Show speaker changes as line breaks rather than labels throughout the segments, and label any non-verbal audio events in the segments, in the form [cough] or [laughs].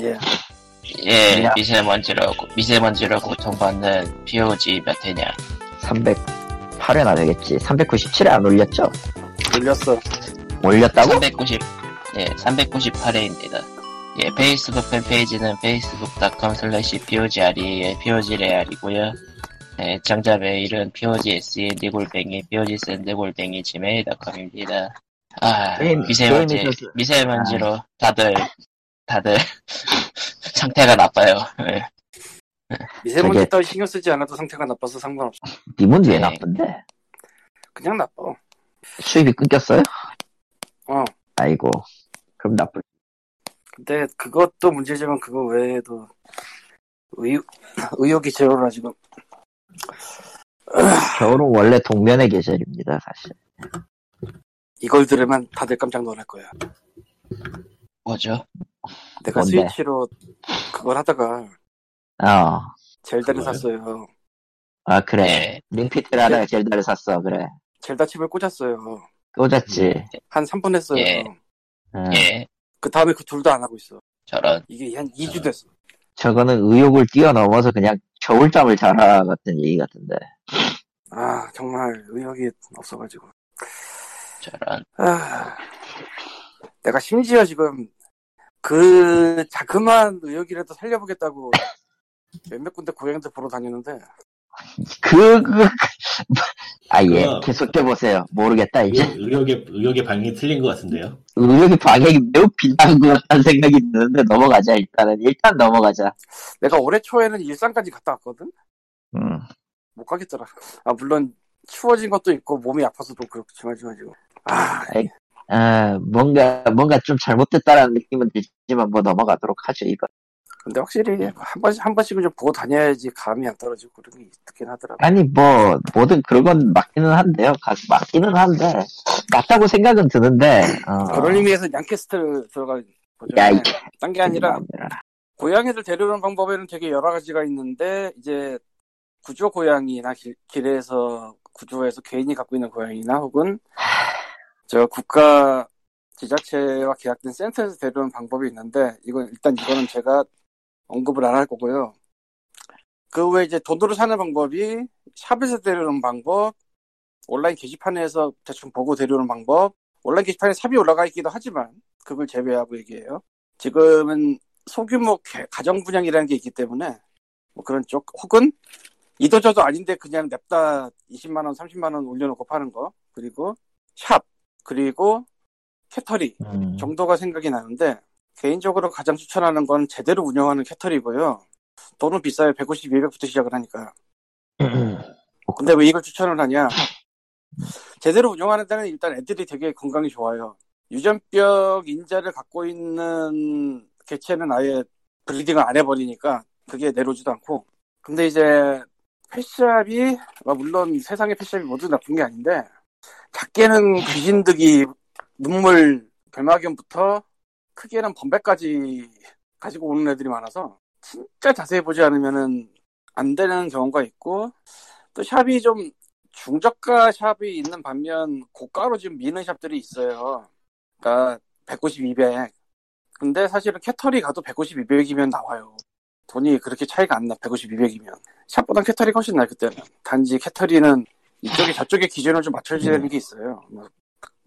예.
예,
야.
미세먼지라고, 미세먼지로 고통받는 POG 몇 회냐.
308회나 되겠지. 397회 안 올렸죠?
눌렸어.
올렸다고?
390, 예, 398회입니다. 예, 페이스북 팬페이지는 facebook.com slash pogr의 pogreal이고요. 예, 정자 메일은 E pogsen골뱅이 E pogsen골뱅이 gmail.com입니다. 아,
게임-
미세먼지,
게임에서- 그- 아.
미세먼지로 다들, 다들 [laughs] 상태가 나빠요. 예.
미세먼지
되게-
따위 신경 쓰지 않아도 상태가 나빠서 상관없어.
님은 왜
네.
나쁜데?
그냥 나빠.
수입이 끊겼어요?
어.
아이고. 그럼 나쁠.
근데 그것도 문제지만 그거 외에도 의, [laughs] 의욕이 제로라 지금.
겨울은 원래 동면의 계절입니다, 사실.
이걸 들으면 다들 깜짝 놀랄 거야.
뭐죠?
내가
뭔데?
스위치로 그걸 하다가
어.
젤다를
그거요?
샀어요.
아, 그래.
예,
링피트를 하다가 젤다를 샀어, 그래.
젤다 칩을 꽂았어요.
꽂았지. 어.
한 3분 했어요.
예.
응.
예,
그 다음에 그 둘도 안 하고 있어.
저런.
이게 한 2주 됐어.
저거는 의욕을 뛰어넘어서 그냥 겨울잠을 자라 같은 얘기 같은데.
아 정말 의욕이 없어가지고.
저런.
아, 내가 심지어 지금 그 자그마한 의욕이라도 살려보겠다고
[laughs]
몇몇 군데 고양이들 보러 다니는데
그, 그, 아, 예.
그거-
계속해보세요. 모르겠다, 이제.
예?
의료의 의욕의 방향이 틀린 것 같은데요.
의욕의 방향이 매우 빈다는 것 같다는 생각이 드는데 넘어가자 일단은 일단 넘어가자
내가 올해 초에는 일산까지 갔다 왔거든.
음.
못 가겠더라. 아 물론 추워진 것도 있고 몸이 아파서도 그렇지만 지금 아
아, 뭔가 뭔가 좀 잘못됐다라는 느낌은 들지만 뭐 넘어가도록 하죠 이거
근데 확실히 한 번씩 한 번씩은 좀 보고 다녀야지 감이 안 떨어지고 그런 게 있긴 하더라고.
아니 뭐 뭐든 그런 건 맞기는 한데요 가- 맞기는 한데 맞다고 생각은 드는데 어,
그런 의미에서 양캐스트를 들어가 보죠.
야, 이-
딴게 아니라 고양이들 데려오는 방법에는 되게 여러 가지가 있는데 이제 구조 고양이나 길, 길에서 구조해서 개인이 갖고 있는 고양이나 혹은 저 국가 지자체와 계약된 센터에서 데려오는 방법이 있는데 이건 일단 이거는 제가 언급을 안 할 거고요. 그 외에 이제 돈으로 사는 방법이 샵에서 데려오는 방법, 온라인 게시판에서 대충 보고 데려오는 방법, 온라인 게시판에 샵이 올라가 있기도 하지만 그걸 제외하고 얘기해요. 지금은 소규모 개- 가정 분양이라는 게 있기 때문에 뭐 그런 쪽 혹은 이도저도 아닌데 그냥 냅다 20만 원, 30만 원 올려놓고 파는 거 그리고 샵 그리고 캐터리
음,
정도가 생각이 나는데 개인적으로 가장 추천하는 건 제대로 운영하는 캐터리고요. 돈은 비싸요. 150, 200부터 시작을 하니까. 어, 근데 왜 이걸 추천을 하냐? 제대로 운영하는 데는 일단 애들이 되게 건강이 좋아요. 유전병 인자를 갖고 있는 개체는 아예 브리딩을 안 해버리니까 그게 내려오지도 않고. 근데 이제 펫샵이 아, 물론 세상의 펫샵이 모두 나쁜 게 아닌데 작게는 귀신득이 눈물 별마견부터 크게는 범배까지 가지고 오는 애들이 많아서 진짜 자세히 보지 않으면은 안 되는 경우가 있고 또 샵이 좀 중저가 샵이 있는 반면 고가로 지금 미는 샵들이 있어요. 그러니까 190, 200. 근데 사실은 캐터리 가도 190, 200이면 나와요. 돈이 그렇게 차이가 안 나. 190, 200이면 샵보다 캐터리가 훨씬 나을 때는 단지 캐터리는 이쪽에 저쪽에 기준을 좀 맞춰주는 게 있어요. 뭐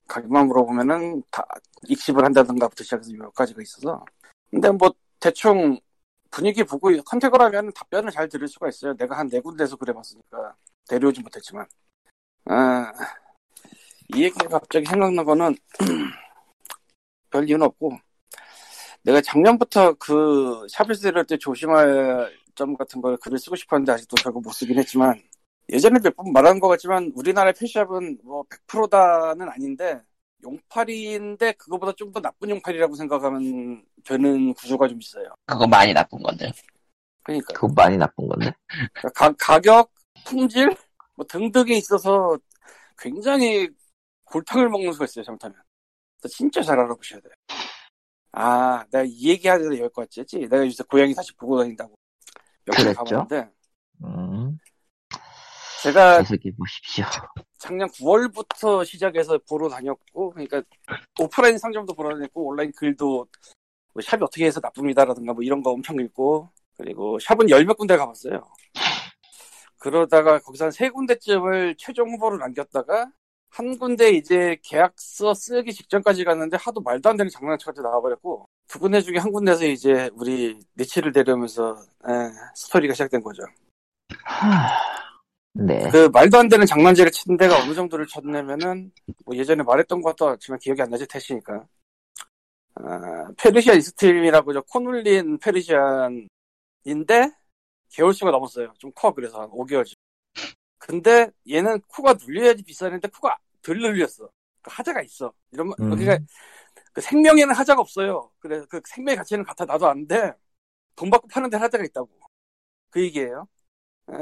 가격만 물어보면은 다 익십을 한다든가부터 시작해서 몇 가지가 있어서. 근데 뭐 대충 분위기 보고 컨택을 하면 답변을 잘 들을 수가 있어요. 내가 한 네 군데에서 그래봤으니까 데려오지 못했지만. 아, 이 얘기가 갑자기 생각난 거는 [clears throat] 별 이유는 없고 내가 작년부터 그 샵에서 데려올 때 조심할 점 같은 걸 글을 쓰고 싶었는데 아직도 결국 못 쓰긴 했지만 예전에 몇 번 말한 것 같지만 우리나라의 펫샵은 뭐 100%다는 아닌데 용팔이인데 그거보다 좀 더 나쁜 용팔이라고 생각하면 되는 구조가 좀 있어요.
그거 많이 나쁜 건데.
그러니까
그거 많이 나쁜 건데
가, 가격, 품질 뭐 등등에 있어서 굉장히 골탕을 먹는 수가 있어요 잘못하면 그래서 진짜 잘 알아보셔야 돼요 아 내가 이 얘기하려다 여기까지 했지 내가 요새 고양이 다시 보고 다닌다고 몇 번
그랬죠?
가봤는데
음,
제가
계속해 보십시오
작년 9월부터 시작해서 보러 다녔고 그러니까 오프라인 상점도 보러 다녔고 온라인 글도 뭐 샵이 어떻게 해서 나쁩니다라든가 뭐 이런 거 엄청 읽고 그리고 샵은 열 몇 군데 가봤어요. 그러다가 거기서 한 세 군데쯤을 최종 후보로 남겼다가 한 군데 이제 계약서 쓰기 직전까지 갔는데 하도 말도 안 되는 장난쳐가지고 나와버렸고 두 군데 중에 한 군데서 이제 우리 니치를 데려오면서 에, 스토리가 시작된 거죠.
네.
그 말도 안 되는 장난질을 친 데가 어느 정도를 쳤냐면은 뭐 예전에 말했던 것도 같지만 기억이 안 나지 태시니까 아, 페르시안 이스트림이라고 저 코눌린 페르시안인데 개월수가 넘었어요 좀 커 그래서 한 5개월쯤 근데 얘는 코가 눌려야지 비싸는데 코가 덜 눌렸어 그 하자가 있어 이런 말-
음.
그러니까 그 생명에는 하자가 없어요 그래 그 생명의 가치는 같아 나도 아는데 돈 받고 파는 데 하자가 있다고 그 얘기예요 에,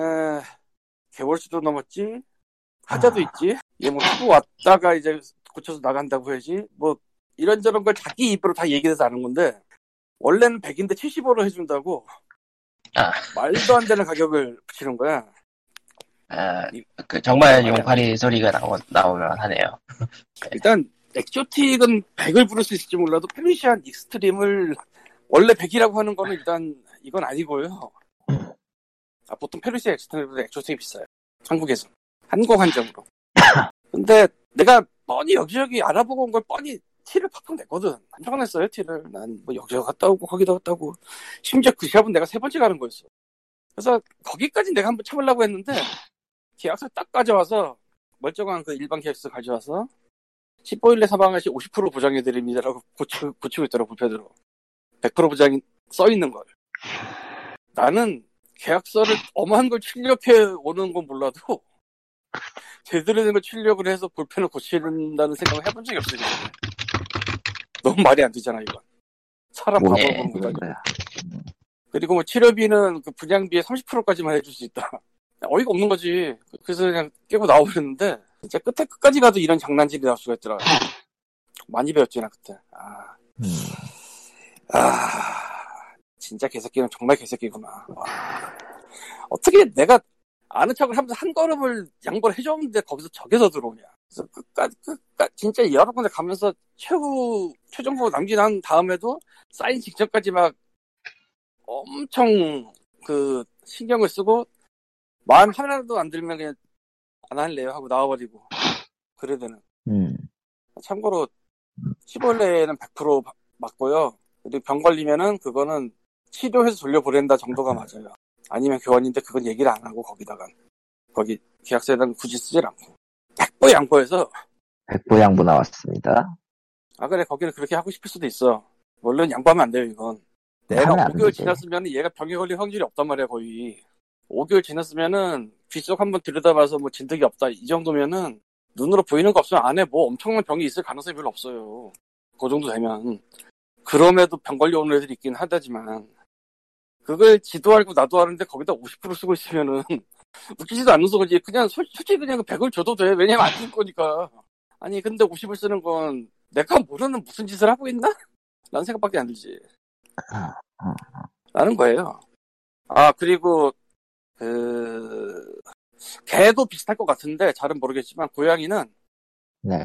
개월수도 넘었지 하자도 있지 얘뭐 하고 왔다가 이제 고쳐서 나간다고 해야지 뭐 이런저런 걸 자기 입으로 다 얘기해서 아는 건데 원래는 100인데 75로 해준다고
아.
말도 안 되는 가격을 붙이는 거야
아, 그 정말 용팔이 소리가 나오, 나오면 하네요.
일단 엑조틱은 100을 부를 수 있을지 몰라도 페르시안 익스트림을 원래 100이라고 하는 거는 일단 이건 아니고요 아, 보통 페르시안 엑스트림보다 엑조틱이 비싸요 한국에서 한국 한정으로 근데 내가 뻔히 여기저기 알아보고 온 걸 뻔히 티를 팍팍 냈거든 엄청 냈어요 티를 난 뭐 여기저기 갔다 오고 거기도 갔다 오고 심지어 그 시합은 내가 세 번째 가는 거였어 그래서 거기까지 내가 한번 참으려고 했는데 계약서 딱 가져와서 멀쩡한 그 일반 계약서 가져와서 15일내 사망하시 50% 보장해드립니다라고 고치, 고치고 있더라고 불패대로 100% 보장이 써 있는 걸 나는 계약서를 엄한 걸 출력해 오는 건 몰라도 제대로 된 걸 출력을 해서 볼펜을 고치는다는 생각을 해본 적이 없어요 지금. 너무 말이 안 되잖아 이건 사람
뭐,
바보
예,
보는 거다
그거야.
그리고 뭐 치료비는 그 분양비의 30%까지만 해줄 수 있다. [laughs] 어이가 없는 거지. 그래서 그냥 깨고 나오려는데 진짜 끝에 끝까지 가도 이런 장난질이 나올 수가 있더라. 많이 배웠지 나 그때. 아,
음.
아, 진짜 개새끼는 정말 개새끼구나. 와. 어떻게 내가 아는 척을 하면서 한 걸음을 양보를 해줬는데 거기서 저기서 들어오냐. 그래서 끝까지 끝까지 진짜 여러 군데 가면서 최후 최종보 남긴 한 다음에도 사인 직전까지 막 엄청 그 신경을 쓰고 마음 하나도 안 들면 그냥 안 할래요 하고 나와버리고 그래야 되는
음.
참고로 시벌레는 100% 바- 맞고요 그리고 병 걸리면은 그거는 치료해서 돌려보낸다 정도가 맞아요 아니면 교환인데 그건 얘기를 안 하고 거기다가 거기 계약서에다가 굳이 쓰질 않고 100% 양보해서
백보 양보 나왔습니다.
아 그래 거기는 그렇게 하고 싶을 수도 있어 물론 양보하면 안 돼요 이건
하면
내가 5개월
안
네,
되지.
뭐 지났으면 얘가 병에 걸릴 확률이 없단 말이야 거의 5개월 지났으면은 귀속 한번 들여다봐서 뭐 진득이 없다 이 정도면은 눈으로 보이는 거 없으면 안에 뭐 엄청난 병이 있을 가능성이 별로 없어요 그 정도 되면 그럼에도 병 걸려오는 애들이 있긴 하다지만 그걸 지도 알고 나도 아는데 거기다 50% 쓰고 있으면은 [laughs] 웃기지도 않는 소리지 그냥 솔- 솔직히 그냥 100을 줘도 돼 왜냐면 안 쓸 거니까 아니 근데 50을 쓰는 건 내가 모르는 무슨 짓을 하고 있나? 라는 생각밖에 안 들지 라는 거예요. 아, 그리고, 그, 개도 비슷할 것 같은데, 잘은 모르겠지만, 고양이는
네.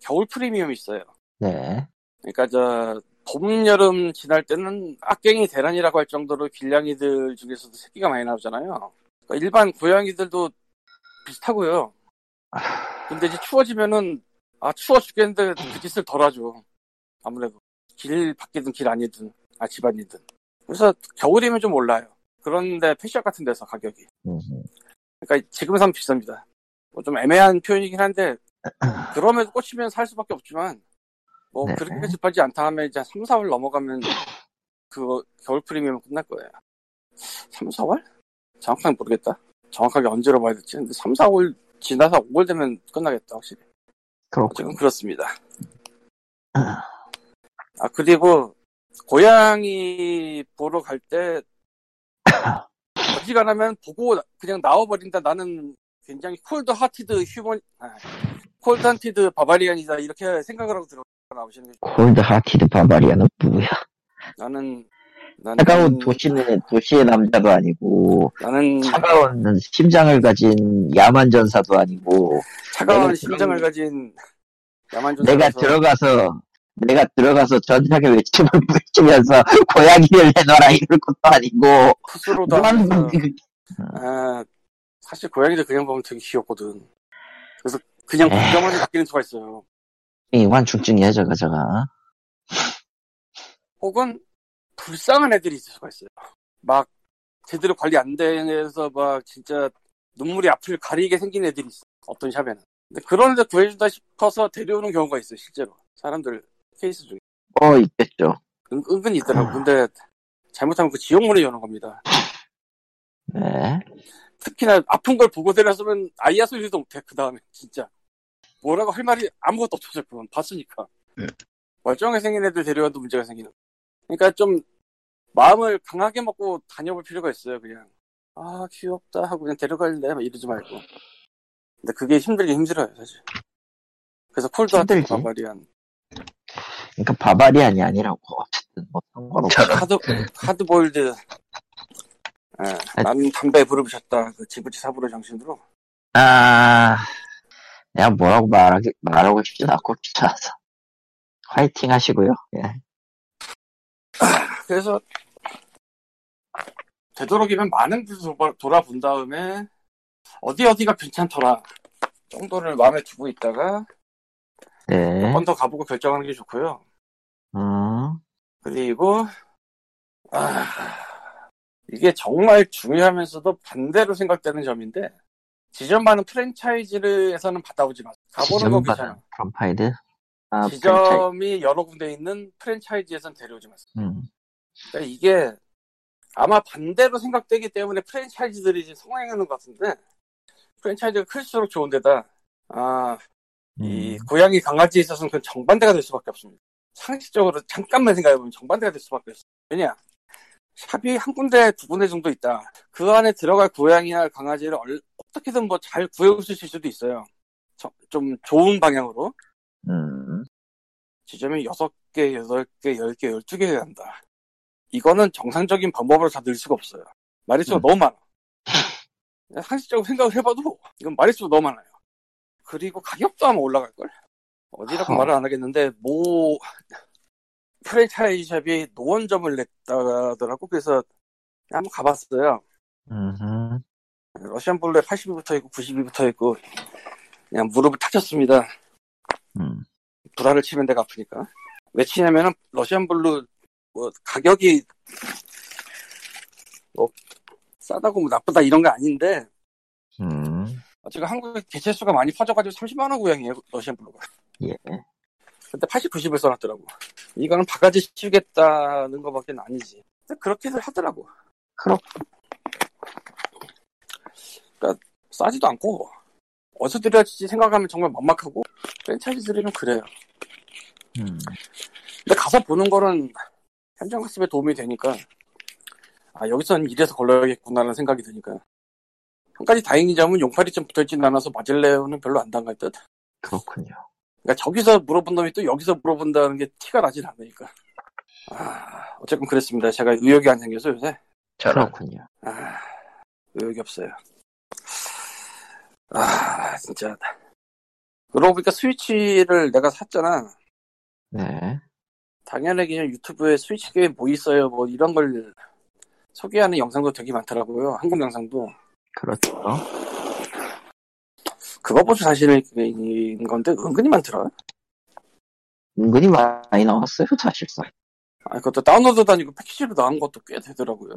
겨울 프리미엄이 있어요.
네.
그러니까, 저, 봄, 여름 지날 때는 악갱이 대란이라고 할 정도로 길냥이들 중에서도 새끼가 많이 나오잖아요. 그러니까 일반 고양이들도 비슷하고요. 근데 이제 추워지면은, 아, 추워 죽겠는데 그 짓을 덜 하죠. 아무래도. 길 밖이든 길 아니든, 아, 집 아니든. 그래서 겨울이면 좀 올라요. 그런데 패션 같은 데서 가격이.
음.
그러니까 지금 사면 비쌉니다. 뭐 좀 애매한 표현이긴
[clears throat]
한데, 그럼에도 꽂히면 살 수밖에 없지만, 뭐
네.
그렇게 급하지 않다 하면 이제 3, 4월 넘어가면 그 겨울 프리미엄 끝날 거예요. 3, 4월? 정확하게 모르겠다. 정확하게 언제로 봐야 될지. 근데 3, 4월 지나서 5월 되면 끝나겠다, 확실히.
그렇군요.
지금 그렇습니다. 아, 그리고, 고양이 보러 갈
[laughs]
때, 어지간하면 보고 그냥 나와버린다. 나는 굉장히 콜드 하티드 휴먼, 아, 콜드 한티드 바바리안이다. 이렇게 생각을 하고 들어 나오시는 게
골드 하티드 바바리아는 뭐야?
나는, 나는,
차가운 도시는 도시의 남자도 아니고
나는
차가운 심장을 가진 야만 전사도 아니고
차가운
내가
심장을
그런-
가진 야만족.
내가 들어가서 내가 들어가서 전장에 [laughs] 외침을 외치면서 고양이를 내놔라 이럴 것도 아니고
스스로도 음.
무한
하면서,
[laughs] 그-
아, 사실 고양이들 그냥 보면 되게 귀엽거든. 그래서 그냥
에휴.
공감하는 바뀌는 수가 있어요.
이완 중증이야 저거 저거
혹은 불쌍한 애들이 있을 수가 있어요. 막 제대로 관리 안 돼서 막 진짜 눈물이 앞을 가리게 생긴 애들이 있어. 어떤 샵에는. 근데 그런 애들 구해준다 싶어서 데려오는 경우가 있어요. 실제로 사람들 케이스 중에
어 있겠죠
은, 은근히 있더라고. 근데 잘못하면 그 지옥문을 여는 겁니다.
네
특히나 아픈 걸 보고 데려왔으면 아이야 소리도 못해 그 다음에 진짜 뭐라고 할 말이 아무것도 없어졌 그건 봤으니까
네.
멀쩡하게 생긴 애들 데려와도 문제가 생기는 거야. 그러니까 좀 마음을 강하게 먹고 다녀볼 필요가 있어요 그냥 아 귀엽다 하고 그냥 데려갈래 막 이러지 말고 근데 그게 힘들긴 힘들어요 사실 그래서 콜도 하트
힘들지.
바바리안
그러니까 바바리안이 아니라고 어쨌든 뭐 상관없어
저런.
하드 하드보일드 예, 난 담배 부르셨다 그 지부치 사부로 정신으로
아 내가 뭐라고 말하기 말하고 싶진 않고 귀찮아서 화이팅 하시고요 예.
그래서 되도록이면 많은 곳을 도바- 돌아본 다음에 어디 어디가 괜찮더라 정도를 마음에 두고 있다가
네.
한번 더 가보고 결정하는 게 좋고요.
어,
그리고 아, 이게 정말 중요하면서도 반대로 생각되는 점인데 지점 많은 프랜차이즈에서는 받아오지 마. 가보는 거
지점
괜찮아.
받은 프롬파이드? 아, 프랜차이즈.
지점이 여러 군데 있는 프랜차이즈에선 데려오지 마세요.
음.
그러니까 이게 아마 반대로 생각되기 때문에 프랜차이즈들이 지금 성행하는 것 같은데 프랜차이즈가 클수록 좋은 데다 아, 이 고양이 강아지에 있어서는 그 정반대가 될 수밖에 없습니다. 상식적으로 잠깐만 생각해보면 정반대가 될 수밖에 없어요. 왜냐? 샵이 한 군데 두 군데 정도 있다. 그 안에 들어갈 고양이나 강아지를 얼- 어떻게든 뭐 잘 구해오실 수도 있어요. 저- 좀 좋은 방향으로
음.
지점이 6개, 8개, 10개, 12개가 한다. 이거는 정상적인 방법으로 다 늘 수가 없어요. 마리수가
음.
너무 많아. 그냥 상식적으로 생각을 해봐도 이건 마리수가 너무 많아요. 그리고 가격도 아마 올라갈걸? 어디라고
하.
말을 안 하겠는데, 뭐, 프랜차이즈 샵이 노원점을 냈다더라고. 그래서 한번 가봤어요.
음.
러시안 블루에 82부터 있고 92부터 있고, 그냥 무릎을 탁쳤습니다.
음.
불화를 치는 데가 아프니까. 왜 치냐면은 러시안 블루 뭐 가격이 뭐 싸다고 뭐 나쁘다 이런 거 아닌데
음.
지금 한국에 개체 수가 많이 퍼져가지고 30만 원 고양이에요 러시안 블루가.
예.
근데 80, 90을 써놨더라고. 이거는 바가지 씌우겠다는 거밖에 아니지. 근데 그렇게들 하더라고.
그렇.
그러니까 싸지도 않고 어디서 들여야지 생각하면 정말 막막하고 프랜차이즈들이면 그래요.
음.
근데 가서 보는 거는 현장 학습에 도움이 되니까 아 여기선 이래서 걸러야겠구나라는 생각이 드니까 한 가지 다행인 점은 용팔이 좀 붙어있진 않아서 마질레오는 별로 안 당할 듯
그렇군요.
그러니까 저기서 물어본 놈이 또 여기서 물어본다는 게 티가 나진 않으니까 아 어쨌건 그랬습니다 제가 의욕이 안 생겨서 요새
저런.
그렇군요.
아 의욕이 없어요 아 진짜 그러고 보니까 스위치를 내가 샀잖아
네.
당연히 그냥 유튜브에 스위치 게임 뭐 있어요 뭐 이런 걸 소개하는 영상도 되게 많더라고요 한국 영상도
그렇죠.
그거보다 사실인 건데 은근히 많더라
은근히 많이 나왔어요, 사실상.
아 그것도 다운로드 다니고 패키지로 나온 것도 꽤 되더라고요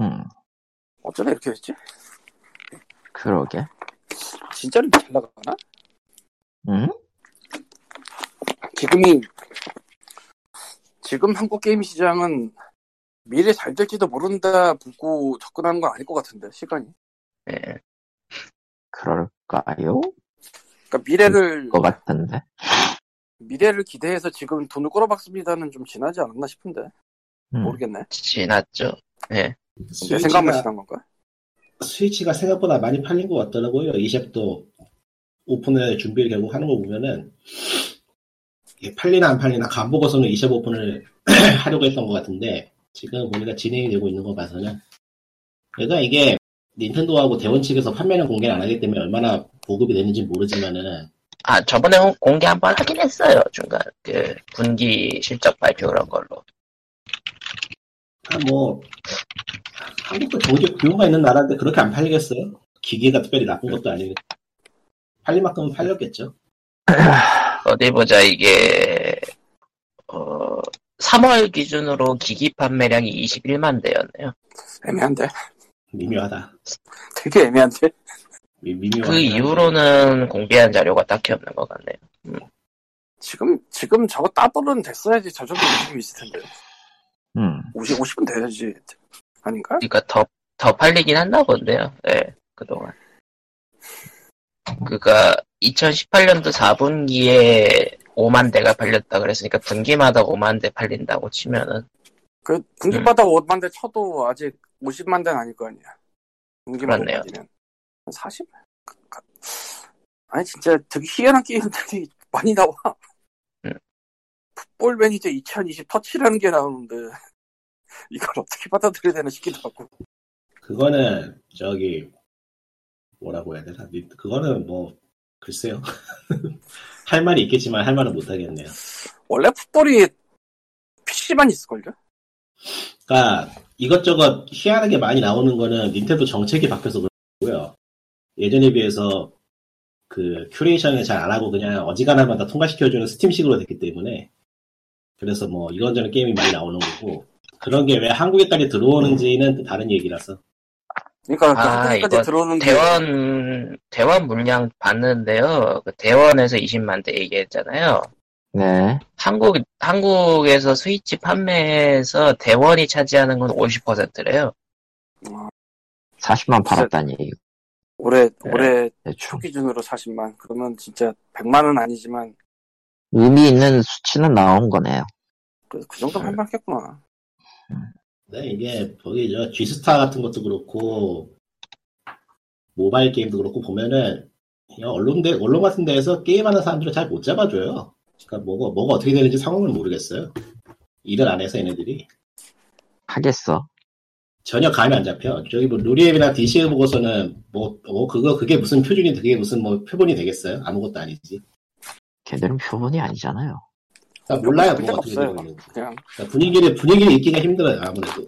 음.
어쩌다 이렇게 됐지?
그러게.
진짜로 잘 나가나?
음?
지금이 지금 한국 게임 시장은 미래 잘 될지도 모른다 보고 접근하는 건 아닐 것 같은데 시간이
예.
그럴까요?
그러니까 미래를
그거 같은데.
미래를 기대해서 지금 돈을 끌어박습니다는 좀 지나지 않았나 싶은데
음.
모르겠네
지났죠. 예.
내 생각만
스위치가,
지난 건가?
스위치가 생각보다 많이 팔린 것 같더라고요. 이 샵도 오픈을 준비를 결국 하는 거 보면은 이게 팔리나 안 팔리나 간보고서는 이 샵 오픈을 [clears throat] 하려고 했던 것 같은데 지금 보니까 진행이 되고 있는 거 봐서는 그러니까 이게 닌텐도하고 대원 측에서 판매량 공개를 안 하기 때문에 얼마나 보급이 되는지 모르지만은
아 저번에 홍- 공개 한 번 하긴 했어요 중간 그 분기 실적 발표 그런 걸로
아, 뭐 한국도 좋은 게 규모가 있는 나라인데 그렇게 안 팔리겠어요? 기계가 특별히 나쁜 것도 아니고 팔릴 만큼은 팔렸겠죠.
어디 보자 이게 어 3월 기준으로 기기 판매량이 21만 대였네요
애매한데? [laughs]
미묘하다.
되게 애매한데?
미, 미묘하다.
그 이후로는 공개한 자료가 딱히 없는 것 같네요
지금, 지금 저거 따블은 됐어야지. 저 정도 느낌이 있을 텐데.
음.
50, 50은 돼야지. 아닌가?
그러니까 더, 더 팔리긴 한다 본데요. 예, 그동안. 그니까, 2018년도 4분기에 5만 대가 팔렸다 그랬으니까, 분기마다 5만 대 팔린다고 치면은,
그, 분기마다
네.
5만 대 쳐도 아직 50만 대는 아닐 거 아니야. 분기마다
그렇네요.
5만 대면. 한 40? 그- 그- 아니, 진짜 되게 희한한 게임들이 [laughs] 많이 나와.
음.
풋볼 매니저 2020 터치라는 게 나오는데, [laughs] 이걸 어떻게 받아들여야 되나 싶기도 하고.
그거는 저기 뭐라고 해야 되나? 니- 그거는 뭐 글쎄요. [laughs] 할 말이 있겠지만 할 말은 못 하겠네요.
원래 풋볼이 PC만 있을걸요?
그러니까 이것저것 희한하게 많이 나오는 거는 닌텐도 정책이 바뀌어서 그렇고요. 예전에 비해서 그 큐레이션을 잘 안 하고 그냥 어지간하면 다 통과시켜주는 스팀식으로 됐기 때문에 그래서 뭐 이런저런 게임이 많이 나오는 거고 그런 게 왜 한국에까지 들어오는지는 또 다른 얘기라서
그러니까 그
아,
한국까지
이거
들어오는 게
대원, 대원 물량 봤는데요. 그 대원에서 20만 대 얘기했잖아요.
네.
한국, 한국에서 스위치 판매에서 대원이 차지하는 건 50%래요.
40만 팔았다니, 이거
올해
네.
올해 초
대충.
기준으로 40만 그러면 진짜 100만은 아니지만
의미 있는 수치는 나온 거네요.
그, 그 정도 할만 하겠구나.
네, 이게 거기 저 G스타 같은 것도 그렇고 모바일 게임도 그렇고 보면은 그냥 언론대 언론 같은 데에서 게임하는 사람들을 잘 못 잡아줘요. 그러니까 뭐가 뭐가 어떻게 되는지 상황을 모르겠어요. 일을 안 해서 얘네들이
하겠어.
전혀 감이 안 잡혀. 저기 뭐 루리앱이나 DC에 보고서는 뭐, 뭐 그거 그게 무슨 표준이 그게 무슨 뭐 표본이 되겠어요? 아무것도 아니지.
걔들은 표본이 아니잖아요.
그러니까 몰라요
그때가
뭐가 어떻게
없어요.
되는지.
그냥
그러니까 분위기를 분위기를 읽기가 힘들어요 아무래도.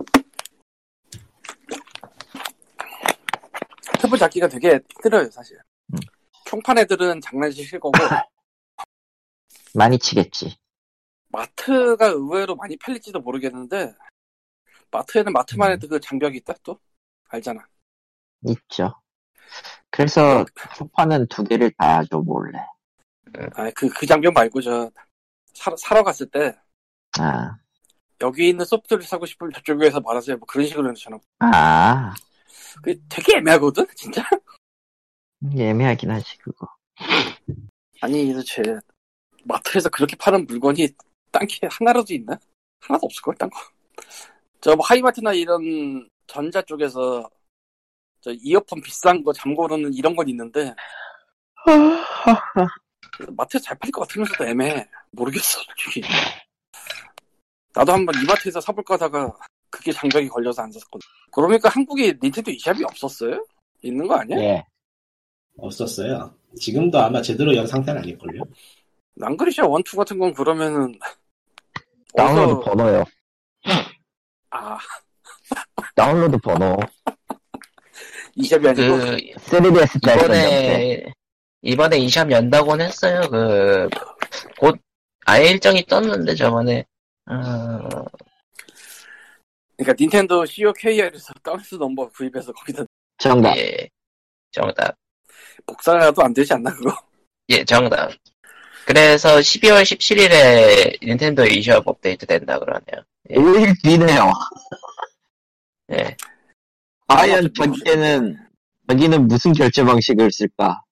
탭을 잡기가 되게 힘들어요 사실.
음.
평판 애들은 장난치실 거고
많이 치겠지.
마트가 의외로 많이 팔릴지도 모르겠는데 마트에는 마트만의 그 장벽이 있다 또 알잖아.
있죠. 그래서 초파는 두 개를 다 줘 몰래.
아그그 장벽 말고 저 사, 사러 갔을 때
아,
여기 있는 소프트를 사고 싶으면 저쪽에서 말하세요 뭐 그런 식으로 해놓잖아.
아,
그게 되게 애매하거든 진짜.
예매하긴 하지 그거.
아니 도대체 마트에서 그렇게 파는 물건이 딴 게 하나라도 있나? 하나도 없을걸 딴 거. 저뭐 하이마트나 이런 전자 쪽에서 저 이어폰 비싼 거 잠궈놓는 이런 건 있는데 마트에 잘 팔릴 것 같으면서도 애매해. 모르겠어 솔직히. 나도 한번 이마트에서 사볼까 하다가 그게 장벽이 걸려서 안 샀거든. 그러니까 한국에 닌텐도 이샵이 없었어요? 있는 거 아니야?
예.
없었어요. 지금도 아마 제대로 연 상태는 아닐걸요.
난그리샤 원투 같은 건 그러면은
[laughs] 다운로드
어서-
번호요.
아
다운로드 번호.
이샵이 아니고
네.
그,
3DS 때
이번에 이번에 이샵 연다고는 했어요. 그곧 아예 일정이 떴는데 저번에 어,
그러니까 닌텐도 COKR에서 다운스 넘버 구입해서 거기다
정답.
예 정답
복사라도 안 되지 않나 그거? [laughs]
예 정답. 그래서 12월 17일에 닌텐도 이샵 업데이트 된다 그러네요.
5일 뒤네요.
예
과연 저기는 저기는 무슨 결제 방식을 쓸까?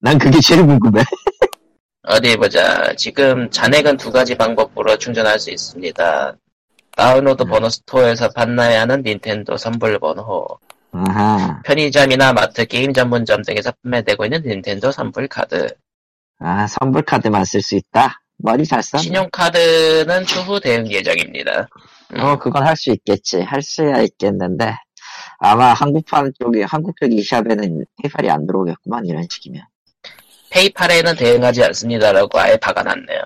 난 그게 제일 궁금해.
어디 보자. 지금 잔액은 두 가지 방법으로 충전할 수 있습니다. 다운로드 번호 스토어에서 만나야 하는 닌텐도 선불 번호,
아하,
편의점이나 마트 게임 전문점 등에서 판매되고 있는 닌텐도 선불 카드,
아 선불 카드만 쓸 수 있다. 머리 잘 써.
신용카드는 추후 대응 예정입니다.
어, 그건 할 수 있겠지. 할 수야 있겠는데, 아마 한국판 쪽이, 한국 쪽 이샵에는 해발이 안 들어오겠구만, 이런 식이면.
페이팔에는 대응하지 않습니다라고 아예 박아놨네요.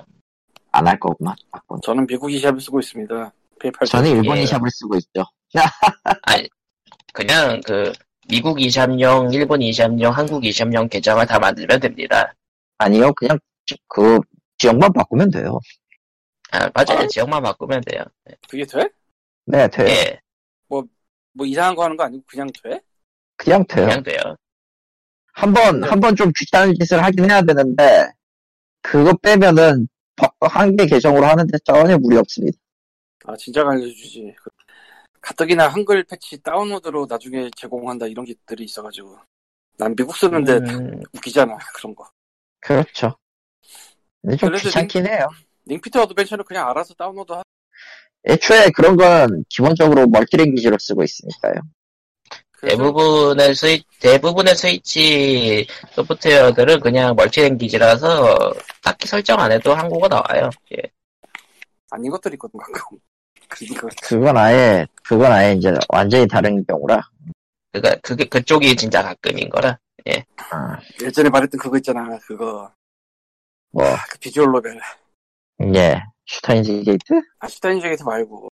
안 할 거구만. 바쁜.
저는 미국 이샵을 쓰고 있습니다. 페이팔.
저는 일본
예.
이샵을 쓰고 있죠.
그냥 그 미국 이샵용, 일본 이샵용, 한국 이샵용 계정을 다 만들면 됩니다.
아니요, 그냥 지- 그 지역만 바꾸면 돼요.
아, 맞아요. 지역만 바꾸면 돼요.
그게 돼?
네, 돼요.
예,
뭐 이상한 거 하는 거 아니고 그냥 돼?
그냥 돼요.
그냥 돼요.
한번
네.
한 번 좀 귀찮은 짓을 하긴 해야 되는데 그거 빼면은 한 개 계정으로 하는데 전혀 무리 없습니다.
아 진짜 알려주지. 그- 가뜩이나 한글 패치 다운로드로 나중에 제공한다 이런 것들이 있어가지고 난 미국 쓰는데
음,
웃기잖아 [laughs] 그런 거.
그렇죠. 근데 좀
그래도
귀찮긴 해요.
링피트 어드벤처는 그냥 알아서 다운로드 하.
애초에 그런 건 기본적으로 멀티랭 기지로 쓰고 있으니까요.
그래서
대부분의 스위 대부분의 스위치 소프트웨어들은 그냥 멀티랭귀지라서 딱히 설정 안 해도 한국어 나와요. 예.
아닌 것들이 있거든 가끔. [laughs] 그러니까
그건 아예 그건 아예 이제 완전히 다른 경우라.
그가 그러니까 그게 그쪽이 진짜 가끔인 거라.
아,
예전에 말했던 그거 있잖아 그거
뭐
그 비주얼 노벨.
예. 슈타인즈 게이트?
아 슈타인즈게이트 말고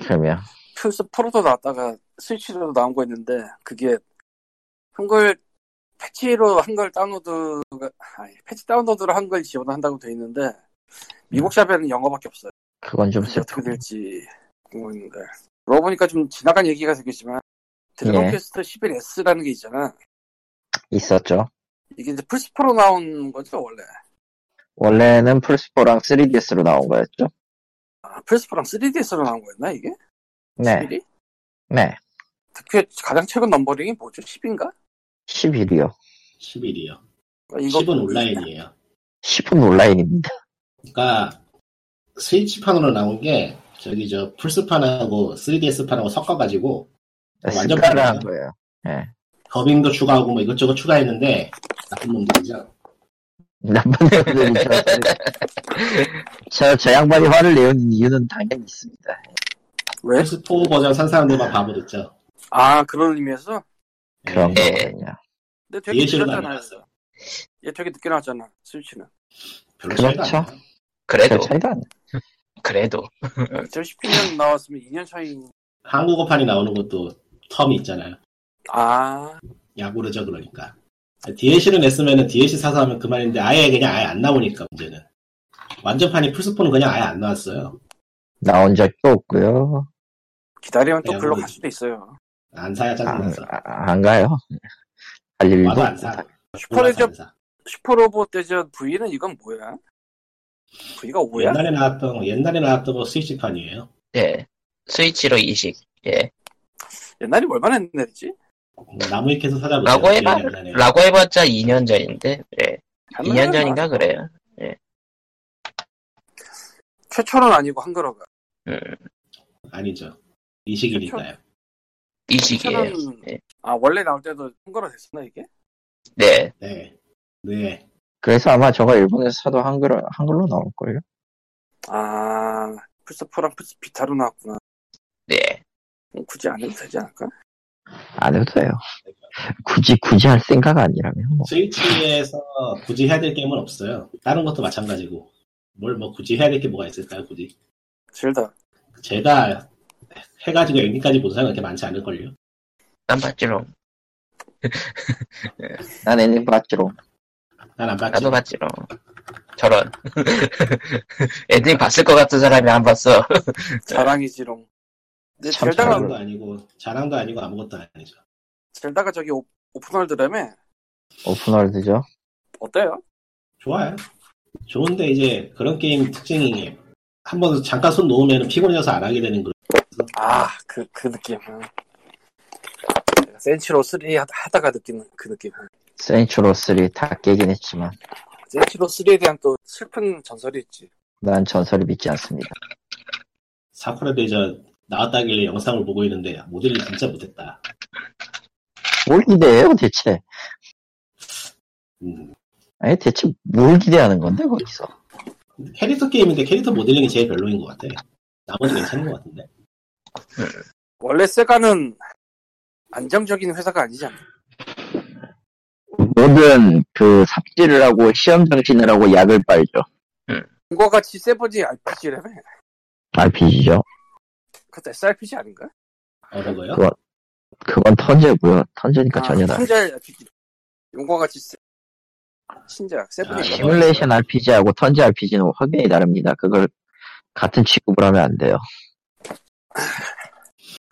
그러면
플스 프로도 나왔다가 스위치로도 나온 거 있는데 그게 한글 패치로 한글 다운로드가 아니, 패치 다운로드로 한글 지원을 한다고 돼 있는데 미국 샵에는 영어밖에 음. 없어요.
그건 좀
그게 어떻게
슬프고.
될지 궁금했는데 그러고 보니까 좀 지나간 얘기가 되겠지만 드래곤
예.
퀘스트 11S라는 게 있잖아.
있었죠.
이게 이제 플스 프로 나온 거죠 원래.
원래는 플스4랑 3DS로 나온 거였죠.
아, 플스 프랑 3DS로 나온 거였나 이게?
네.
11이?
네.
특히 가장 최근 넘버링이 뭐죠? 10인가?
11이요.
10일이요.
뭐
10은 온라인이에요.
10은 온라인입니다.
그러니까 스위치판으로 나온 게 저기 저 플스판하고 3DS판하고 섞어가지고 완전
스카를
다르네요.
한 거예요. 예.
더빙도 추가하고 뭐 이것저것 추가했는데 나쁜 놈들이죠.
나쁜 놈들이죠. 저, 저 양반이 화를 내는 이유는 당연히 있습니다.
왜?
플스4 버전 산 사람들만 바보 됐죠.
아 그런 의미에서?
그런
예.
거거든요.
근데 되게 늦게
DLC로
나왔잖아요.
나왔어요.
얘 되게 늦게 나왔잖아 스위치는.
별로
그렇죠.
차이가 안 나요.
그래도
별 차이도 안
그래도 음.
2019년 나왔으면 2년 차이.
한국어판이 나오는 것도 텀이 있잖아요.
아
야구르죠 그러니까. DLC를 냈으면 DLC 사서 하면 그만인데 아예 그냥 아예 안 나오니까 문제는. 완전판이 플스4는 그냥 아예 안 나왔어요.
나온 적도 없고요.
기다리면 또
야,
글로
우리-
갈 수도 있어요.
안 사야
안,
짜증나서.
아- 안 가요. 갈 일도
와도 안 사.
없고.
슈퍼레저
안 사.
슈퍼로봇 대전 V는 이건 뭐야? V가 5야?
뭐 옛날에 나왔던 거, 옛날에 나왔던 거 스위치판이에요.
예. 스위치로 이식. 예.
옛날이 얼마나 옛날이지?
뭐 나무위키에서 찾아보세요.
라고 해봐.
기억이 안 나네요.
라고 해봤자 2년 전인데. 예. 2년 전인가 그래요.
최초는 아니고 한글어가.
음,
아니죠. 이식이니까요.
이식이에요.
최초는
예.
아 원래 나올 때도 한글어 됐었나 이게?
네.
네. 네.
그래서 아마 저거 일본에서 사도 한글, 한글로 나올걸요.
아 플스 4랑 플스 비타로 나왔구나.
네.
그럼 뭐 굳이 안 해도 되지 않을까?
안 해도 돼요. 굳이, 굳이 할 생각 아니라면 뭐.
스위치에서 굳이 해야 될 게임은 없어요. 다른 것도 마찬가지고. 뭘 뭐 굳이 해야 될 게 뭐가 있을까요, 굳이?
젤다.
제가 해가지고 엔딩까지 본 사람은 그렇게 많지 않을걸요.
난 봤지롱.
난 엔딩 봤지롱.
난 안 봤지.
나도 봤지롱. 저런. [laughs] 엔딩 봤을 것 같은 사람이 안 봤어.
자랑이지롱. 근데
네. 참
젤다가
뭐 자랑도 아니고, 자랑도 아니고 아무것도 아니죠.
젤다가 저기 오, 오픈월드라며
오픈월드죠.
어때요?
좋아요. 좋은데 이제 그런 게임 특징이 한 번 잠깐 손 놓으면 피곤해서 안 하게 되는 그런
아 그 그 느낌. 응. 내가 센치로 3 하다가 느끼는 그 느낌.
센츄로 3다 깨긴 했지만,
센치로 3에 대한 또 슬픈 전설이 있지.
난 전설을 믿지 않습니다.
사쿠라 대전 나왔다길래 영상을 보고 있는데 아, 모델이 진짜 못했다.
뭘 기대해요, 대체?
음.
아니, 대체 뭘 기대하는 건데, 거기서?
캐릭터 게임인데 캐릭터 모델링이 제일 별로인 것 같아. 나머지 괜찮은 것 같은데.
원래 세가는 안정적인 회사가 아니지 않나?
모든 그 삽질을 하고 시험 정신을 하고 약을 빨죠.
이거 같이 세버지 RPG라며.
RPG죠.
그것도 SRPG 아닌가?
어느 거요?
그거- 그건 턴제고요.
아,
턴제니까 그러니까 전혀 다르.
절 RPG. 아, 용과 같이 세. 신작 세븐이
아,
아,
시원-
시뮬레이션 RPG하고 턴제 RPG는 확연히 다릅니다. 그걸 같은 취급을 하면 안 돼요.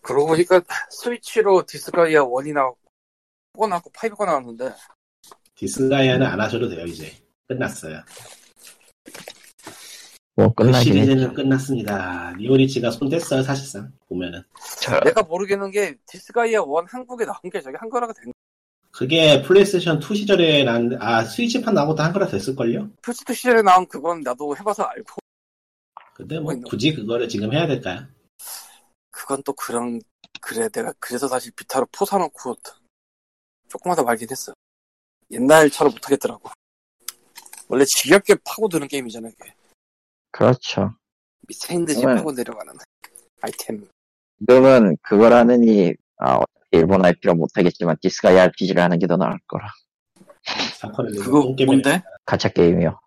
그러고 보니까 스위치로 디스가이아 1이 나왔고 4가 나왔고 5가 나왔는데
디스가이아는 안 하셔도 돼요 이제 끝났어요.
뭐
그
끝나긴 했죠.
시리즈는 끝났습니다. 리오리치가 손 뗐어요 사실상 보면은.
저,
내가 모르겠는 게 디스가이아 1 한국에 나온 게 저게 한글화가 된
그게 플레이스테이션 2 시절에 난, 아, 스위치판 나오고도 한글화 됐을걸요?
플스2 시절에 나온 그건 나도 해봐서 알고
근데 뭐 굳이 그거를 지금 해야 될까요?
그건 또 그런 그래 내가 그래서 사실 비타로 포 사놓고 조금만 더 말긴 했어 옛날처럼 못하겠더라고 원래 지겹게 파고드는 게임이잖아 이게
그렇죠.
미친 듯이
정말.
파고 내려가는 아이템
지금은 그걸 하느니 아, 어차피 일본 IP로 못하겠지만 디스가이 RPG를 하는 게 더 나을 거라.
사건을
그거 뭔데?
가챠 게임이요.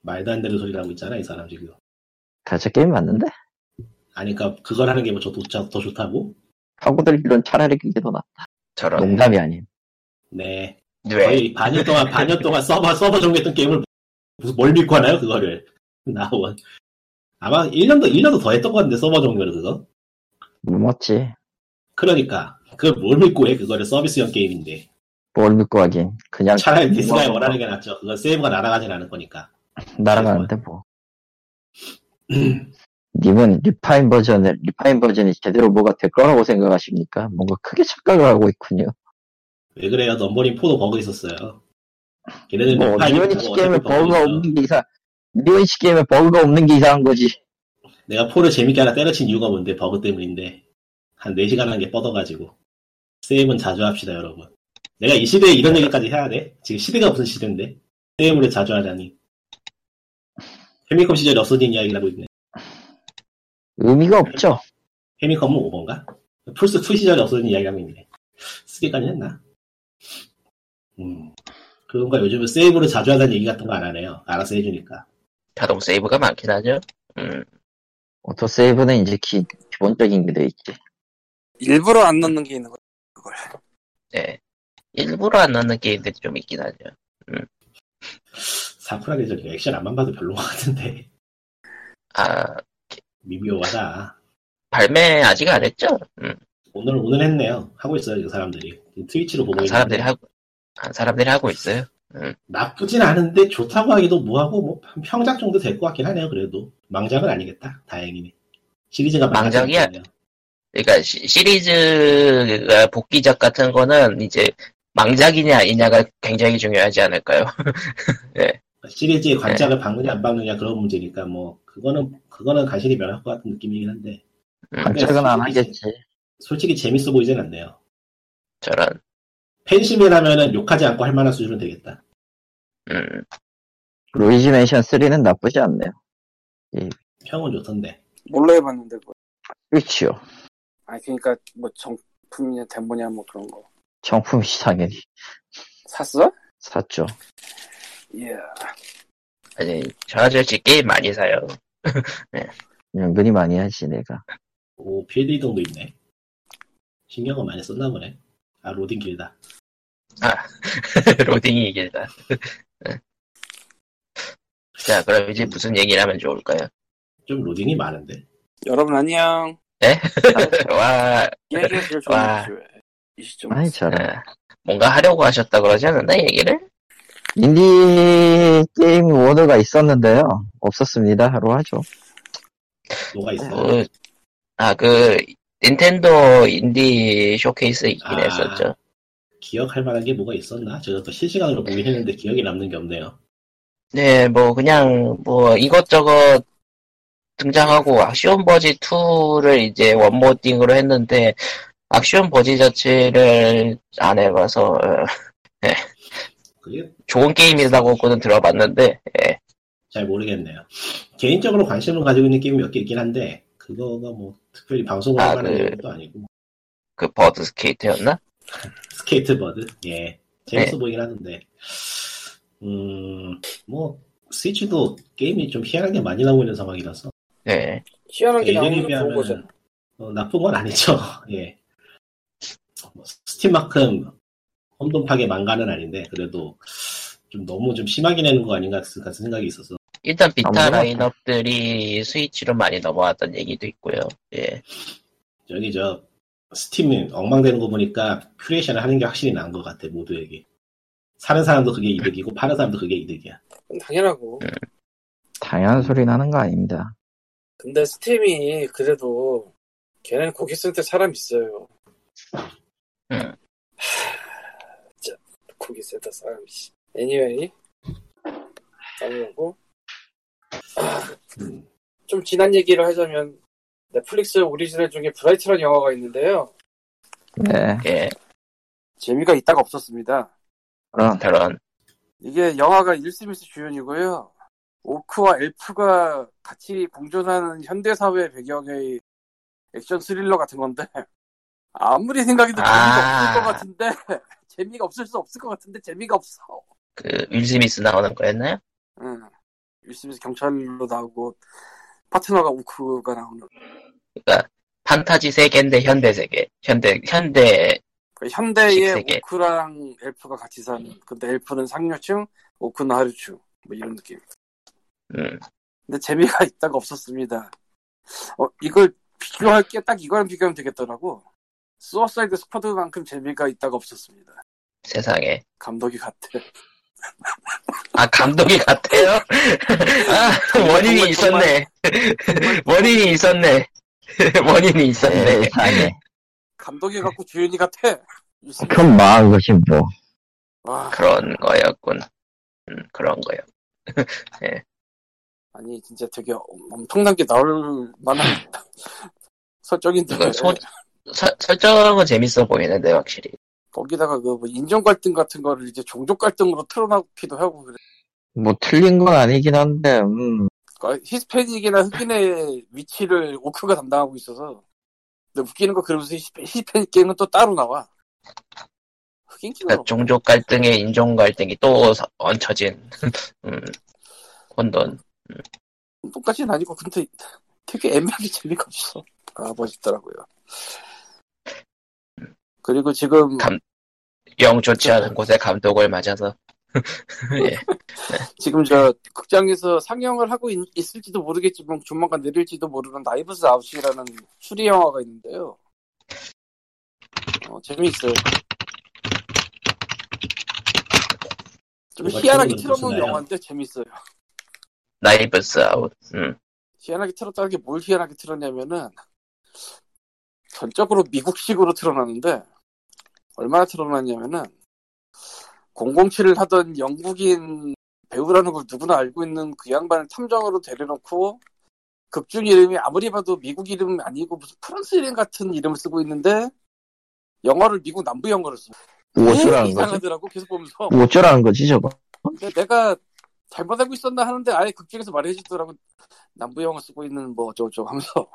말도 안 되는 소리라고 있잖아, 이 사람 지금.
가챠 게임 맞는데?
아니, 그니까, 그걸 하는 게 뭐, 저, 더, 더 좋다고?
파고들기론 차라리 그게 더 나.
저런,
농담이 아닌.
네.
뇌.
거의 반년 동안, 반년 동안 서버, 서버 정리했던 게임을 무슨, 뭘 믿고 하나요, 그거를? 나원. 아마 1년도, 1년도 더 했던 것 같은데, 서버 정리를 그거?
뭐지?
그러니까, 그걸 뭘 믿고 해, 그거를 서비스형 게임인데.
뭘 믿고 하긴. 그냥 뭐
차라리 디스가에 원하는 게 낫죠. 그건 세이브가 날아가진 않을 거니까.
날아가는데 뭐. 님은 리파인 버전을 리파인 버전이 제대로 뭐가 될 거라고 생각하십니까? 뭔가 크게 착각을 하고 있군요.
왜 그래요? 넘버링 4도 버그 있었어요. 걔네들
뭐
파일이
리오니치
있다고
게임에
어차피 버그가
버그가
있어요.
없는 게 이상. 리오니치 게임에 버그가 없는 게 이상한 거지.
내가 4를 재밌게 하나 때려친 이유가 뭔데 버그 때문인데 한 4시간 한 게 뻗어가지고 세이브는 자주 합시다 여러분 내가 이 시대에 이런 얘기까지 해야 돼? 지금 시대가 무슨 시대인데 세이브를 자주 하다니 해미컴 시절 없어진 이야기라고 있네
의미가 없죠.
해미컴은 5번가? 플스2 시절에 없어진 이야기라고 있네 3까지 했나? 음 그런가 요즘은 세이브를 자주 하다는 얘기 같은 거 안 하네요 알아서 해주니까
자동 세이브가 많긴 하죠. 음,
오토 세이브는 이제 기, 기본적인 게 돼 있지.
일부러 안 넣는 게 있는 거야 그걸
네. 일부러 안 넣는 게임들이 좀 있긴 하죠.
사쿠라 계절 액션 안만 봐도 별로 같은데 [laughs]
아,
미묘하다
발매 아직 안 했죠? 음,
오늘 오늘 했네요. 하고 있어요 지금 사람들이 트위치로 보고
아,
있는데
사람들이 하고, 아, 사람들이 하고 있어요.
나쁘진 않은데 좋다고 하기도 뭐하고 뭐한 평작 정도 될 것 같긴 하네요. 그래도 망작은 아니겠다. 다행이네. 시리즈가 망작이
망작이야.
아니네요.
그러니까 시, 시리즈가 복귀작 같은 거는 이제 망작이냐 아니냐가 굉장히 중요하지 않을까요? [laughs] 네.
시리즈의 관짝을 박느냐 안 박느냐 그런 문제니까 뭐 그거는 그거는 간신히 면할 것 같은 느낌이긴 한데
음,
관찰은 안 하겠지.
솔직히 재밌어 보이진 않네요.
저런,
팬심이라면은 욕하지 않고 할 만한 수준은 되겠다.
음,
루이지 맨션 3는 나쁘지 않네요.
평은 좋던데.
몰라 해봤는데 그걸
그렇지요.
아니 그러니까 뭐 정품이냐 데모냐 뭐 그런 거
정품 시상에
샀어?
샀죠.
예
아니, 저 아저씨 게임 많이 사요. [laughs]
은근히 많이 하지 내가.
오 필드 이동도 있네. 신경을 많이 썼나 보네. 아 로딩 길다.
로딩이 이길다. 네. 자, 그럼 이제 무슨 얘기를 하면 좋을까요?
좀 로딩이 많은데.
여러분 안녕
와,
이야기가 제일
와.
좋은 기회 이 시점
아니 저런.
아, 뭔가 하려고 하셨다 그러지 않았나, 얘기를?
인디 게임 워드가 있었는데요. 없었습니다. 하루 하죠.
뭐가 있어?
그, 아, 그, 닌텐도 인디 쇼케이스 있긴
아.
했었죠.
기억할 만한 게 뭐가 있었나? 제가 또 실시간으로 보긴 했는데 기억에 남는 게 없네요.
네, 뭐, 그냥, 뭐, 이것저것 등장하고, 악시온 버지 2를 이제 원모딩으로 했는데, 악시온 버지 자체를 안 해봐서, 어,
그게
좋은 게임이라고는 들어봤는데, 예.
잘 모르겠네요. 개인적으로 관심을 가지고 있는 게임이 몇 개 있긴 한데 그거가 뭐 특별히 방송을
아,
하는 뭐
그-
것도 아니고
그 버드 스케이트였나?
스케이트버드 예 재밌어 보이긴 하는데. 음, 뭐, 스위치도 게임이 좀 희한하게 많이 나오고 있는 상황이라서.
네.
희한한 게 나오는
예전에
건 좋은 거죠.
비하면 어, 나쁜 건 아니죠. [laughs] 예. 뭐, 스팀만큼 혼돈파게 망가는 아닌데, 그래도 좀 너무 좀 심하게 내는 거 아닌가 같은 생각이 있어서.
일단 비타
넘어갔다.
라인업들이 스위치로 많이 넘어왔던 얘기도 있고요. 예.
저기 저 스팀이 엉망되는 거 보니까 큐레이션을 하는 게 확실히 나은 것 같아 모두에게 사는 사람도 그게 이득이고 파는 사람도 그게 이득이야
그건 당연하고.
당연한 소리 나는 거 아닙니다.
근데 스팀이 그래도 걔네는 고객 센터 사람 있어요.
응.
하, 진짜 고객 센터 사람 씨. 애니웨이 넘어가고 아,
음,
좀 지난 얘기를 하자면 넷플릭스 오리지널 중에 브라이트란 영화가 있는데요.
네.
예.
재미가 있다가 없었습니다.
그런
저런.
이게 영화가 일스미스 주연이고요. 오크와 엘프가 같이 공존하는 현대사회 배경의 액션 스릴러 같은 건데, 아무리 생각해도
아.
재미가 없을 것 같은데, [laughs] 재미가 없을 수 없을 것 같은데, 재미가 없어.
그, 윌스미스 나오는 거였나요?
응. 일스미스 경찰로 나오고, 파트너가 오크가 나오는.
판타지 세계인데 현대 세계. 현대, 현대,
그 현대의
식세계.
오크랑 엘프가 같이 사는. 근데 엘프는 상류층, 오크는 하류층. 뭐 이런 느낌.
음,
근데 재미가 [laughs] 있다가 없었습니다. 어, 이걸 비교할 게 딱 이거랑 비교하면 되겠더라고. 수어사이드 스쿼드만큼 재미가 있다가 없었습니다.
세상에.
감독이 같아.
아, 감독이 [laughs] 같아요? 아, 원인이 있었네. [laughs] 원인이 있었네. [laughs] 원인이 있었네.
세상에.
네.
감독이 같고 주연이 같아. 유승민.
[laughs] 그럼 망한 것이 뭐.
와,
그런 거였군. 음, 그런 거요.
아니 진짜 되게 엄- 엄청난 게 나올 만한 [laughs] 설정인데
이건 소- 네, 서- 설정은 재밌어 보이는데, 확실히.
거기다가 그뭐 인종 갈등 같은 거를 이제 종족 갈등으로 틀어놓기도 하고 그래.
뭐 틀린 건 아니긴 한데, 음.
그러니까 히스패닉이나 흑인의 위치를 오크가 담당하고 있어서 근데 웃기는 거 그러면서 히스패, 히스패닉 게임은 또 따로 나와 흑인 게임은
그러니까 종족 갈등에 인종 갈등이 또 서- 얹혀진, [laughs] 음, 혼돈.
똑같이는 아니고 근데 되게 애매하게 [laughs] 재미가 없어 아 멋있더라고요 그리고 지금
감- 영 좋지 않은 곳에 감독을 맞아서. 예.
지금 저 극장에서 상영을 하고 있, 을지도 모르겠지만 조만간 내릴지도 모르는 나이브스 아웃이라는 추리 영화가 있는데요 어, 재미있어요 좀
뭐가
희한하게
재미는
틀어놓은
없었나요?
영화인데 재밌어요
나이브스 아웃. [laughs] 음.
희한하게 틀었다는 게 뭘 희한하게 틀었냐면은 전적으로 미국식으로 틀어놨는데 얼마나 틀어놨냐면은 007을 하던 영국인 배우라는 걸 누구나 알고 있는 그 양반을 탐정으로 데려놓고 극중 이름이 아무리 봐도 미국 이름 아니고 무슨 프랑스 이름 같은 이름을 쓰고 있는데 영어를 미국 남부 영어를 써.
뭐 어쩌라는 거지?
이상하더라고 계속 보면서.
뭐 어쩌라는 거지, 저거?
근데 내가 잘못 알고 있었나 하는데 아예 극중에서 말해주더라고 남부 영어 쓰고 있는 뭐 어쩌고저쩌고 하면서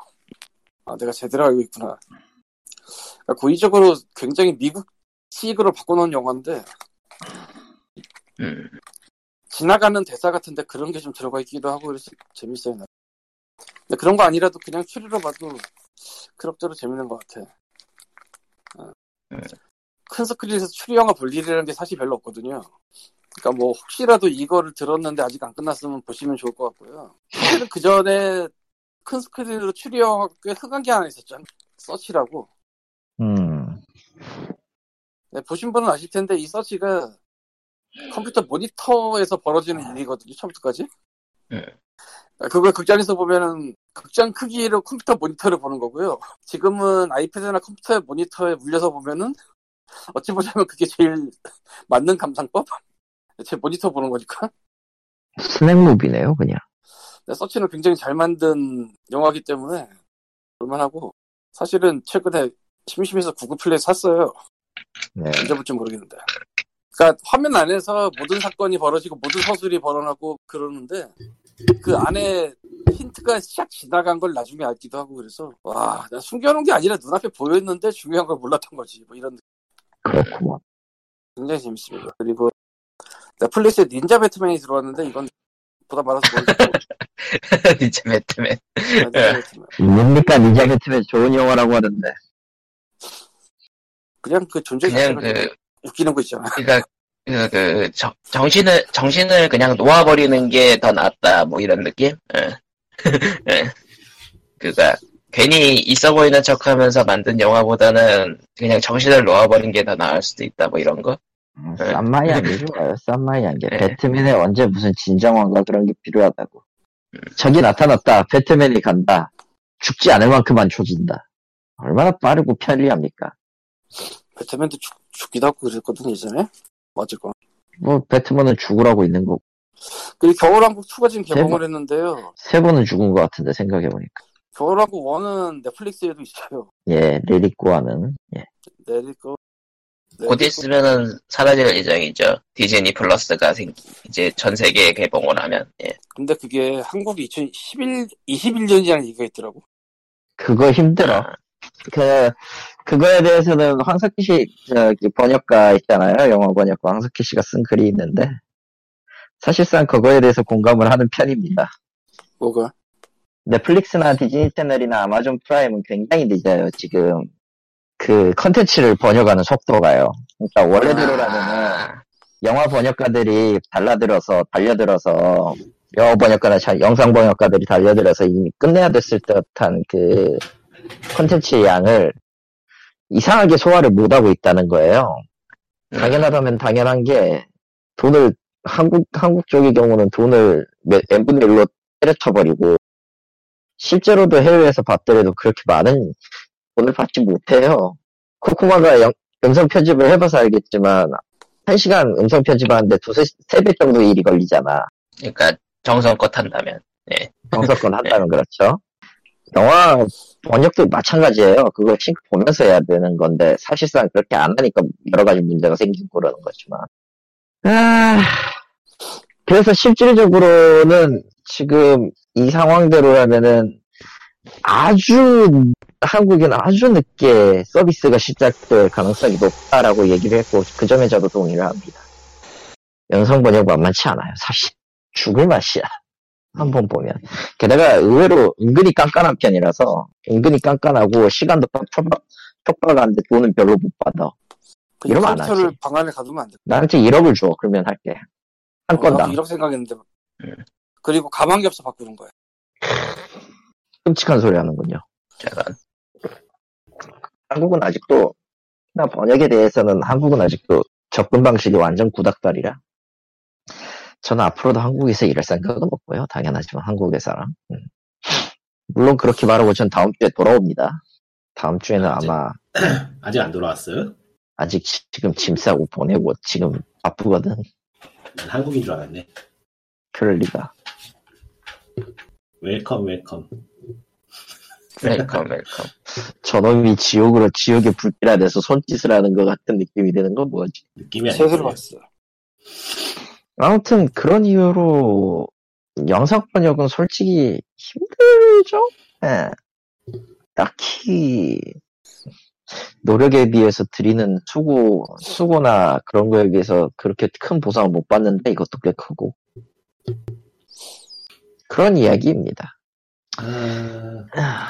아 내가 제대로 알고 있구나 그러니까 고의적으로 굉장히 미국식으로 바꿔놓은 영화인데
음.
지나가는 대사 같은데 그런 게 좀 들어가 있기도 하고 그래서 재밌어요 나. 근데 그런 거 아니라도 그냥 추리로 봐도 그럭저럭 재밌는 것 같아 어.
음.
큰 스크린에서 추리 영화 볼 일이라는 게 사실 별로 없거든요 그러니까 뭐 혹시라도 이거를 들었는데 아직 안 끝났으면 보시면 좋을 것 같고요. 사실은 그 전에 큰 스크린으로 추리영화 꽤 흑한 게 하나 있었죠. 서치라고.
음.
네, 보신 분은 아실 텐데 이 서치가 컴퓨터 모니터에서 벌어지는 일이거든요. 처음부터까지.
네.
아, 그걸 극장에서 보면은 극장 크기로 컴퓨터 모니터를 보는 거고요. 지금은 아이패드나 컴퓨터의 모니터에 물려서 보면은 어찌 보자면 그게 제일 [laughs] 맞는 감상법? 제 모니터 보는 거니까.
스낵무비네요, 그냥.
근데 서치는 굉장히 잘 만든 영화기 때문에 볼만하고 사실은 최근에 심심해서 구글 플레이 샀어요.
네.
언제 볼지 모르겠는데. 그러니까 화면 안에서 모든 사건이 벌어지고 모든 서술이 벌어나고 그러는데 그 안에 힌트가 샥 지나간 걸 나중에 알기도 하고 그래서 와, 나 숨겨놓은 게 아니라 눈앞에 보였는데 중요한 걸 몰랐던 거지. 뭐 이런
그렇구먼.
굉장히 재밌습니다. 그리고 넷플릭스에 닌자 배트맨이 들어왔는데 이건 보다 말아서
[laughs]
모르겠고
진짜 매트맨.
닌자 배트맨.
뭡니까 닌자 배트맨 좋은 영화라고 하는데
그냥 그 존재
그냥
자체가
그
웃기는 거 있잖아.
그러니까 그, 그 정, 정신을 정신을 그냥 놓아버리는 게 더 낫다 뭐 이런 느낌. 예. [laughs] 예. 그가 괜히 있어 보이는 척하면서 만든 영화보다는 그냥 정신을 놓아버린 게 더 나을 수도 있다 뭐 이런 거.
음,
네.
쌈마이 [laughs] 안개 좋아요 쌈마이 안개
네.
배트맨에 언제 무슨 진정왕과 그런 게 필요하다고 적이 나타났다 배트맨이 간다 죽지 않을 만큼만 조진다 얼마나 빠르고 편리합니까
[laughs] 배트맨도 죽, 죽기도 하고 그랬거든 예전에. 어쨌건.
뭐 배트맨은 죽으라고 있는 거고
그리고 겨울왕국 2가 지금 개봉을
대박.
했는데요.
세븐은 죽은 것 같은데 생각해보니까
겨울왕국 1은 넷플릭스에도 있어요.
예 레릭고아는 예.
내릴 거. 내릴
곧
거.
있으면은 사라질 예정이죠. 디즈니 플러스가 생기 이제 전 세계에 개봉을 하면. 예.
근데 그게 한국이 2011, 21년이라는 얘기가 있더라고.
그거 힘들어 그 그거에 대해서는 황석희 씨 저기 그 번역가 있잖아요 영어 번역가 황석희 씨가 쓴 글이 있는데 사실상 그거에 대해서 공감을 하는 편입니다.
뭐가?
넷플릭스나 디즈니 채널이나 아마존 프라임은 굉장히 늦어요 지금 그 컨텐츠를 번역하는 속도가요. 그러니까 원래대로라면은
아,
영화 번역가들이 달라들어서 달려들어서 영어 번역가나 자- 영상 번역가들이 달려들어서 이미 끝내야 됐을 듯한 그 컨텐츠의 양을 이상하게 소화를 못하고 있다는 거예요. 당연하다면 당연한 게 돈을 한국 한국 쪽의 경우는 돈을 몇 n분의 1로 때려쳐버리고 실제로도 해외에서 봤더라도 그렇게 많은 돈을 받지 못해요. 코코마가 영- 음성 편집을 해봐서 알겠지만 한 시간 음성 편집하는데 두세 세 배 정도 일이 걸리잖아.
그러니까 정성껏 한다면.
정석권 한다면 그렇죠. 영화 번역도 마찬가지예요. 그걸 싱크 보면서 해야 되는 건데 사실상 그렇게 안 하니까 여러 가지 문제가 생기고 그러는 거지만. 아, 그래서 실질적으로는 지금 이 상황대로라면은 아주 한국에는 아주 늦게 서비스가 시작될 가능성이 높다라고 얘기를 했고 그 점에 저도 동의를 합니다. 연성 번역 만만치 않아요. 사실 죽을 맛이야. 한번 보면. 게다가 의외로 은근히 깐깐한 편이라서 은근히 깐깐하고 시간도 빡 촉박, 촉박한데 돈은 별로 못 받아.
그
이러면 안
컴퓨터를
하지.
방 안에 가두면 안 돼.
나한테 1억을 줘. 그러면 할게. 예. 한 건당.
이렇게 생각했는데.
음.
그리고 가방이 없어 바꾸는 거야.
끔찍한 소리 하는군요.
제가
한국은 아직도 나 번역에 대해서는 한국은 아직도 접근 방식이 완전 구닥다리라. 저는 앞으로도 한국에서 일할 생각은 없고요. 당연하지만 한국에서랑. 음. 물론 그렇게 말하고 전 다음 주에 돌아옵니다. 다음 주에는 아마
아직 안 돌아왔어요?
아직 지- 지금 짐 싸고 보내고 지금 바쁘거든.
난 한국인 줄 알았네.
그럴 리가.
웰컴 웰컴.
웰컴 웰컴.
저놈이 지옥으로 지옥의 불길 안에서 손짓을 하는 것 같은 느낌이 드는 건 뭐지?
느낌이 아니고.
셋으로 봤어.
아무튼 그런 이유로 영상 번역은 솔직히 힘들죠? 예. 딱히 노력에 비해서 드리는 수고, 수고나 그런 거에 비해서 그렇게 큰 보상을 못 받는데 이것도 꽤 크고. 그런 이야기입니다.
아,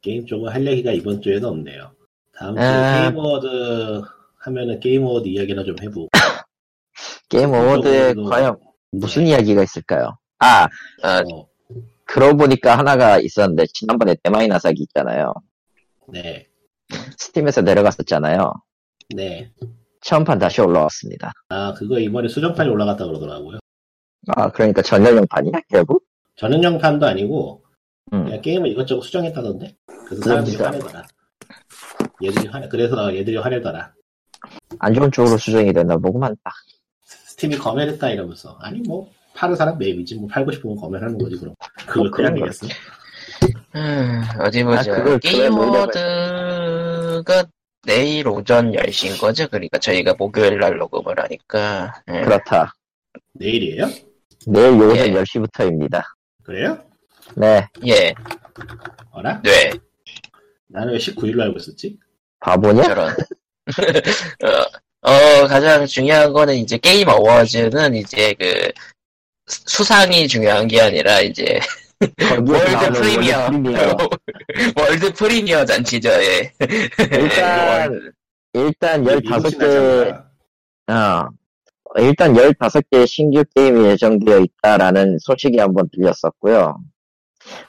게임 쪽은 할 얘기가 이번 주에는 없네요. 다음 주에
아.
게임 어워드 하면은 게임 어워드 이야기나 좀 해보고.
게임 어워드에
그쪽으로도-
과연 무슨
네.
이야기가 있을까요? 아,
아,
어,
그러고 보니까 하나가 있었는데, 지난번에 데마이나사기 있잖아요.
네.
스팀에서 내려갔었잖아요.
네.
처음판 다시 올라왔습니다.
아, 그거 이번에 수정판이 올라갔다 그러더라고요.
아, 그러니까 전열용판이야, 결국?
전용영판도 아니고,
음.
네.
그냥 게임을 이것저것 수정했다던데? 그래서 사람들이
그러니까.
화내더라. 얘들이 화내, 그래서 얘들이 화내더라.
안 좋은 쪽으로 수정이 됐나 보구만. 아, 딱.
스팀이 검열했다 이러면서. 아니, 뭐, 파는 사람 맵이지. 뭐, 팔고 싶으면 검열하는 거지, 그럼. 그걸
뭐 그런
그냥 얘기했어.
음, 어디
아,
보자.
그걸 그래 몰라봐요.
게임워드가 내일 오전 10시인 거죠? 그러니까 저희가 목요일 날 녹음을 하니까. 예.
그렇다.
내일이에요?
내일 오전
예.
10시부터입니다.
그래요?
네,
예,
어라?
네,
나는 왜 19일로 알고 있었지?
바보냐?
저런. [laughs] 어, 어, 가장 중요한 거는 이제 게임 어워즈는 이제 그 수- 수상이 중요한 게 아니라 이제 월드 프리미어. [laughs] 월드 프리미어 잔치죠, 예.
일단, 일단 15개,
미국이나
어, 일단 15개 신규 게임이 예정되어 있다라는 소식이 한번 들렸었고요.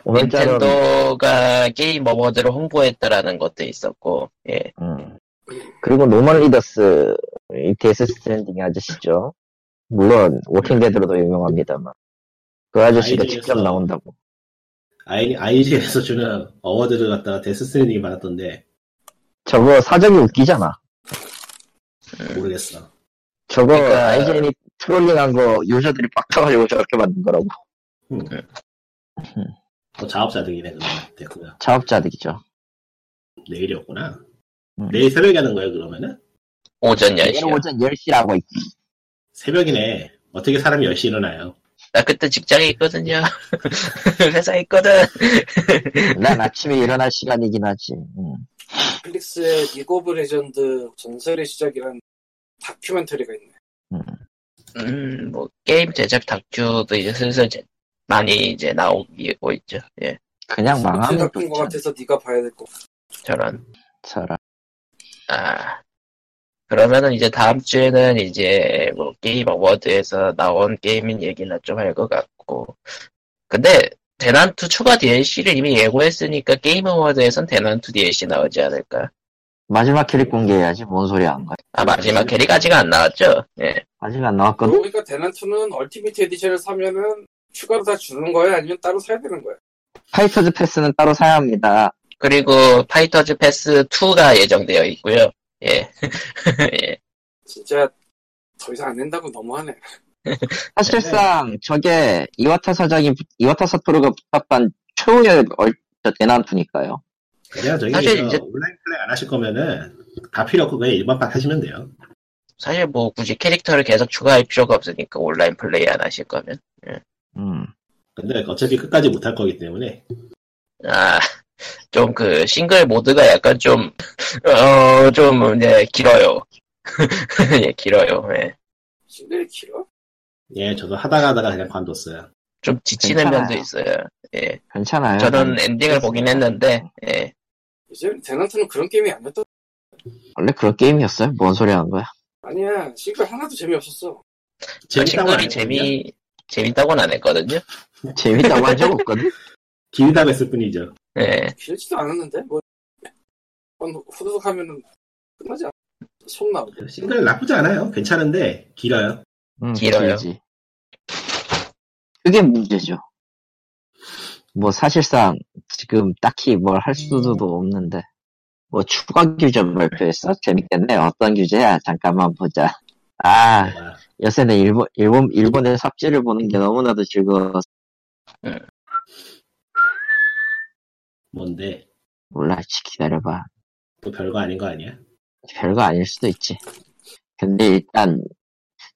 오늘자로,
닌텐도가 게임 어워즈로 홍보했다라는 것도 있었고, 예.
음. 그리고 노멀 리더스, 이 데스 스탠딩 아저씨죠. 물론, 워킹데드로도 유명합니다만. 그 아저씨가
아이디에서-
직접 나온다고.
아이, IG에서 주는 어워드를 갖다가 데스스트랜딩이 받았던데
저거 사정이 웃기잖아.
네.
모르겠어.
저거
그러니까-
IGN이 트롤링한 거 유저들이 빡쳐가지고 저렇게 만든 거라고
네.
또 음. 자업자득이네 그러면 됐구나.
자업자득이죠
내일이었구나.
음.
내일 새벽에 하는 거야 그러면은?
오전 10시요.
오전 10시라고 있지
새벽이네. 어떻게 사람이 10시 일어나요?
나 그때 직장에 있거든요. [laughs] 회사에 있거든.
난 아침에 일어날 시간이긴 하지 음.
넷플릭스의 리그 오브 레전드 전설의 시작이라는 다큐멘터리가 있네.
음, 뭐, 게임 제작 다큐도 이제 슬슬 이제 많이 이제 나오고 있죠. 예,
그냥 망하면
같은 것
좋지
같아서 네가 봐야 될 거.
저런.
저라
아. 그러면은 이제 다음 주에는 이제 뭐 게임 어워드에서 나온 게임인 얘기나 좀 할 것 같고. 근데 대난투 추가 DLC를 이미 예고했으니까 게임 어워드에선 대난투 DLC 나오지 않을까. 마지막
캐릭 공개해야지 뭔 소리 안 거야
아, 마지막 캐릭 아직 안 나왔죠? 예.
아직 안 나왔거든
그러니까 대난투는 얼티미트 에디션을 사면은 추가로 다 주는 거야 아니면 따로 사야 되는 거야.
파이터즈 패스는 따로 사야 합니다
그리고 파이터즈 패스 2가 예정되어 있고요. 예. 예.
진짜 더 이상 안 낸다고 너무하네.
사실상 저게 이와타 사장이 이와타 사토루가 부탁한 최후의 얼 대난투니까요
그냥 저기
사실
저
이제-
온라인 플레이 안 하실 거면은 다 필요 없고 그냥 일반판 하시면 돼요.
사실 뭐 굳이 캐릭터를 계속 추가할 필요가 없으니까 온라인 플레이 안 하실 거면.
음.
근데 어차피 끝까지 못 할 거기 때문에
아, [laughs] 좀 그 싱글 모드가 약간 좀, [laughs] 어, 좀, 네, 길어요. [laughs] 예, 길어요. 예.
싱글이 길어?
예 저도 하다가 하다가 그냥 관뒀어요.
좀 지치는
괜찮아요.
면도 있어요. 예.
괜찮아요
저는 엔딩을 보긴 했는데, 예.
이제 대난투는 그런 게임이 아니었던.
원래 그런 게임이었어요 뭔 소리 한 거야
아니야 싱글 하나도 재미없었어.
그
재밌다고
싱글이
하거든요.
재미, 재밌다고는 안 했거든요.
네. 재밌다고 한 적 없거든
길다고 했을 뿐이죠.
예.
길지도 않았는데 뭐 한번 후두둑 하면은 끝나지 않아. 속 나오고.
싱글 나쁘지 않아요. 괜찮은데 길어요.
[laughs] 음,
길어요.
길지. 그게 문제죠. 뭐 사실상 지금 딱히 뭘 할 수도 없는데 뭐 추가 규제 발표했어? 재밌겠네. 어떤 규제야? 잠깐만 보자. 아
아,
요새는 일본 일본 일본의 삽질을 보는 게 너무나도 즐거워.
뭔데
몰라. 기다려봐.
또 별거 아닌 거 아니야?
별거 아닐 수도 있지. 근데 일단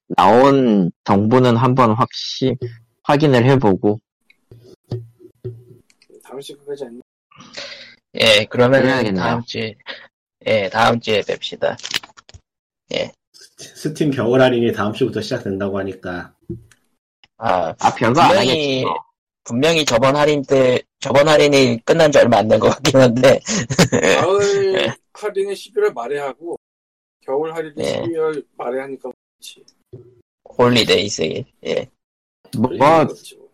나온 정보는 한번 확시 확인을 해보고
다음 시간까지 안.
예, 그러면은
그래야겠네요.
다음 주에, 예, 다음 주에 뵙시다.
스팀 겨울 할인이 다음 주부터 시작된다고 하니까
아,
아 별거 안
분명히-
하겠지. 뭐.
분명히 저번 할인 때, 저번 할인이 끝난 지 얼마 안 된 것 같긴 한데,
네.
가을 할인은 11월 말에 하고 겨울 할인은
네.
예.
12월 말에 하니까 그렇지.
홀리데이 세일. 예.
뭐
그렇지 뭐.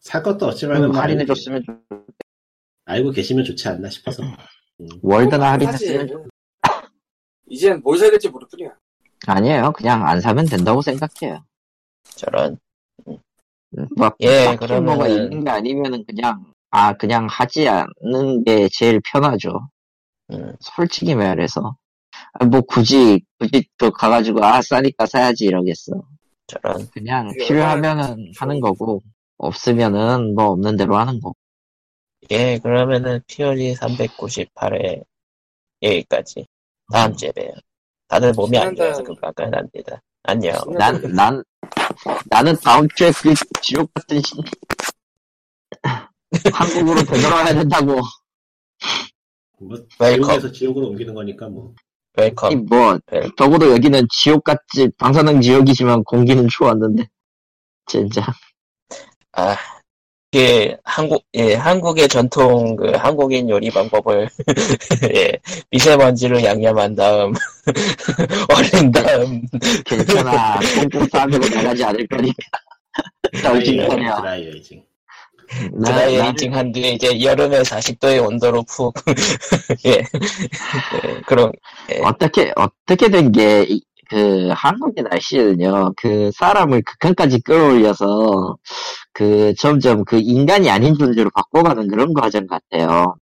살 것도
음,
없지만은 뭐
할인해
알고-
줬으면 음. 좋-
알고 계시면 좋지 않나 싶어서
월드나
어, 사실
할인했으면 좋-
이젠 뭘 사야 될지 모를 뿐이야.
아니에요 그냥 안 사면 된다고 생각해요
저런.
막
예,
딱히
그러면은-
뭐가 있는 게 아니면은 그냥 아 그냥 하지 않는 게 제일 편하죠
음,
솔직히 말해서 아, 뭐 굳이 굳이 또 가가지고 아 싸니까 사야지 이러겠어
저런.
그냥
그게
필요하면은
얼마나-
하는 거고 없으면은 뭐 없는 대로 하는 거고
예, 그러면은 피오리 398회 여기까지. 다음 주에 봬요. 다들 몸이 안 좋아서 금방까지 납니다. 안녕.
예, 난 난 나는 다음 주에 그 지옥 같은 신... 한국으로 되돌아가야 된다고
뭐
웰컴.
지옥에서 지옥으로 옮기는 거니까 뭐
이
웰컴.
뭐
네.
적어도 여기는 지옥같이 방사능 지옥이지만 공기는 좋았는데 진짜
이게 한국, 예, 한국의 전통 그 한국인 요리 방법을 [laughs] 예, 미세먼지로 양념한 다음 [laughs] 얼린 다음
괜찮아 꽁꽁 싸매고 나가지 않을 거니까 나오지
드라이어링,
않아
드라이어링.
드라이에이징 한 뒤에 이제 여름에 40도의 온도로 푹 [laughs] 예. 예, 그런
어떻게 어떻게 된 게 그 한국의 날씨는요 그 사람을 극한까지 끌어올려서 그 점점 그 인간이 아닌 존재로 바꿔가는 그런 과정 같아요.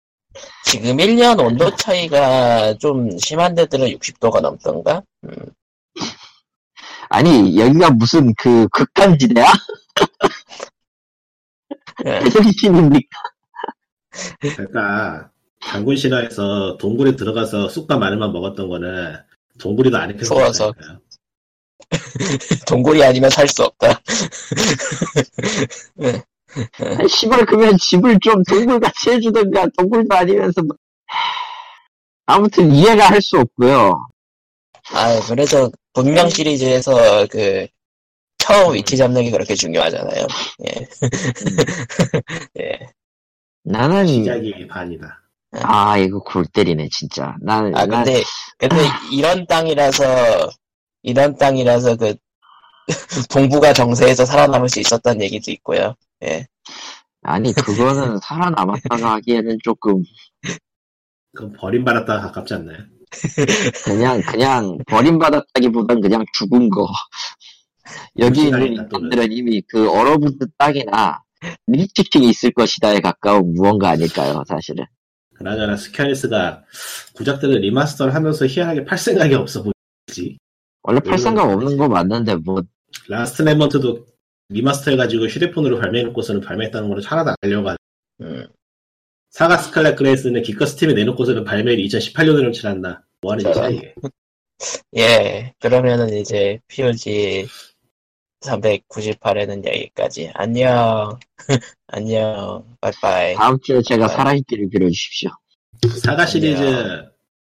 지금 1년 온도 차이가 좀 심한 데들은 60도가 넘던가? [laughs]
아니 여기가 무슨 그 극한지대야? [laughs]
예.
계속 시킵니까?
그러니까 당군 실화에서 동굴에 들어가서 쑥과 마늘만 먹었던 거는 동굴이도 안 익혀서 그러니까
추워서.
그렇다니까요.
동굴이 아니면 살 수 없다.
시발 그러면 집을 좀 동굴같이 해주던가 동굴도 아니면서 뭐- 아무튼 이해가 할 수 없고요.
아, 그래서 분명 시리즈에서 그 처음 위치 잡는 게 그렇게 중요하잖아요.
나는
시작이
음.
반이다.
아 이거 골 때리네 진짜. 나는
아,
난-
근데, 근데 이런 땅이라서, 이런 땅이라서 그 [laughs] 동부가 정세에서 살아남을 수 있었다는 얘기도 있고요.
아니
[laughs]
그거는 살아남았다가 하기에는 조금
그럼 버림받았다가 가깝지 않나요?
그냥 그냥 버림받았다기보단 그냥 죽은
[laughs]
거 여기
불신앙이다,
있는
또는.
인간들은 이미 그 얼어붙은 땅이나 밀치킨이 있을 것이다에 가까운 무언가 아닐까요 사실은
그나저나 스퀘어닉스가 구작들을 리마스터를 하면서 희한하게 팔 생각이 없어 보이지.
원래 팔 생각 없는
그렇죠.
거 맞는데 뭐
라스트 레먼트도 리마스터 해가지고 휴대폰으로 발매해놓고서는 발매했다는 걸 하나도 안 알려가지고
음.
사가 스칼렛 그레이스는 기껏 스팀에 내놓고서는 발매를 2018년으로 치렀나 뭐하는
저런.
짓이야 이게
예, 그러면은 이제 POG 398에는 여기까지. 안녕. [laughs] 안녕. 바이바이.
다음 주에 제가 살아있기를 빌어주십시오
사가 시리즈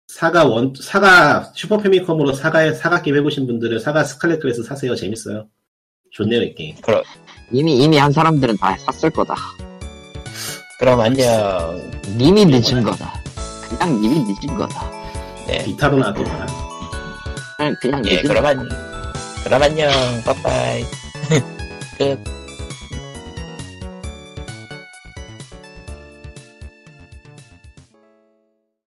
사가 원 사가 슈퍼 패미컴으로 사가의 사가 게임 해보신 분들은 사가 스칼렛 그레이스 사세요 재밌어요 좋네요 이 게임
이미 이미 한 사람들은 다 샀을 거다
그럼 안녕.
이미
그렇죠.
늦은 거다 그냥 이미 늦은 거다
비타로 나왔더라
그냥, 그냥
예,
늦은
그럼 안, 그럼 안녕. 바이바이. 끝.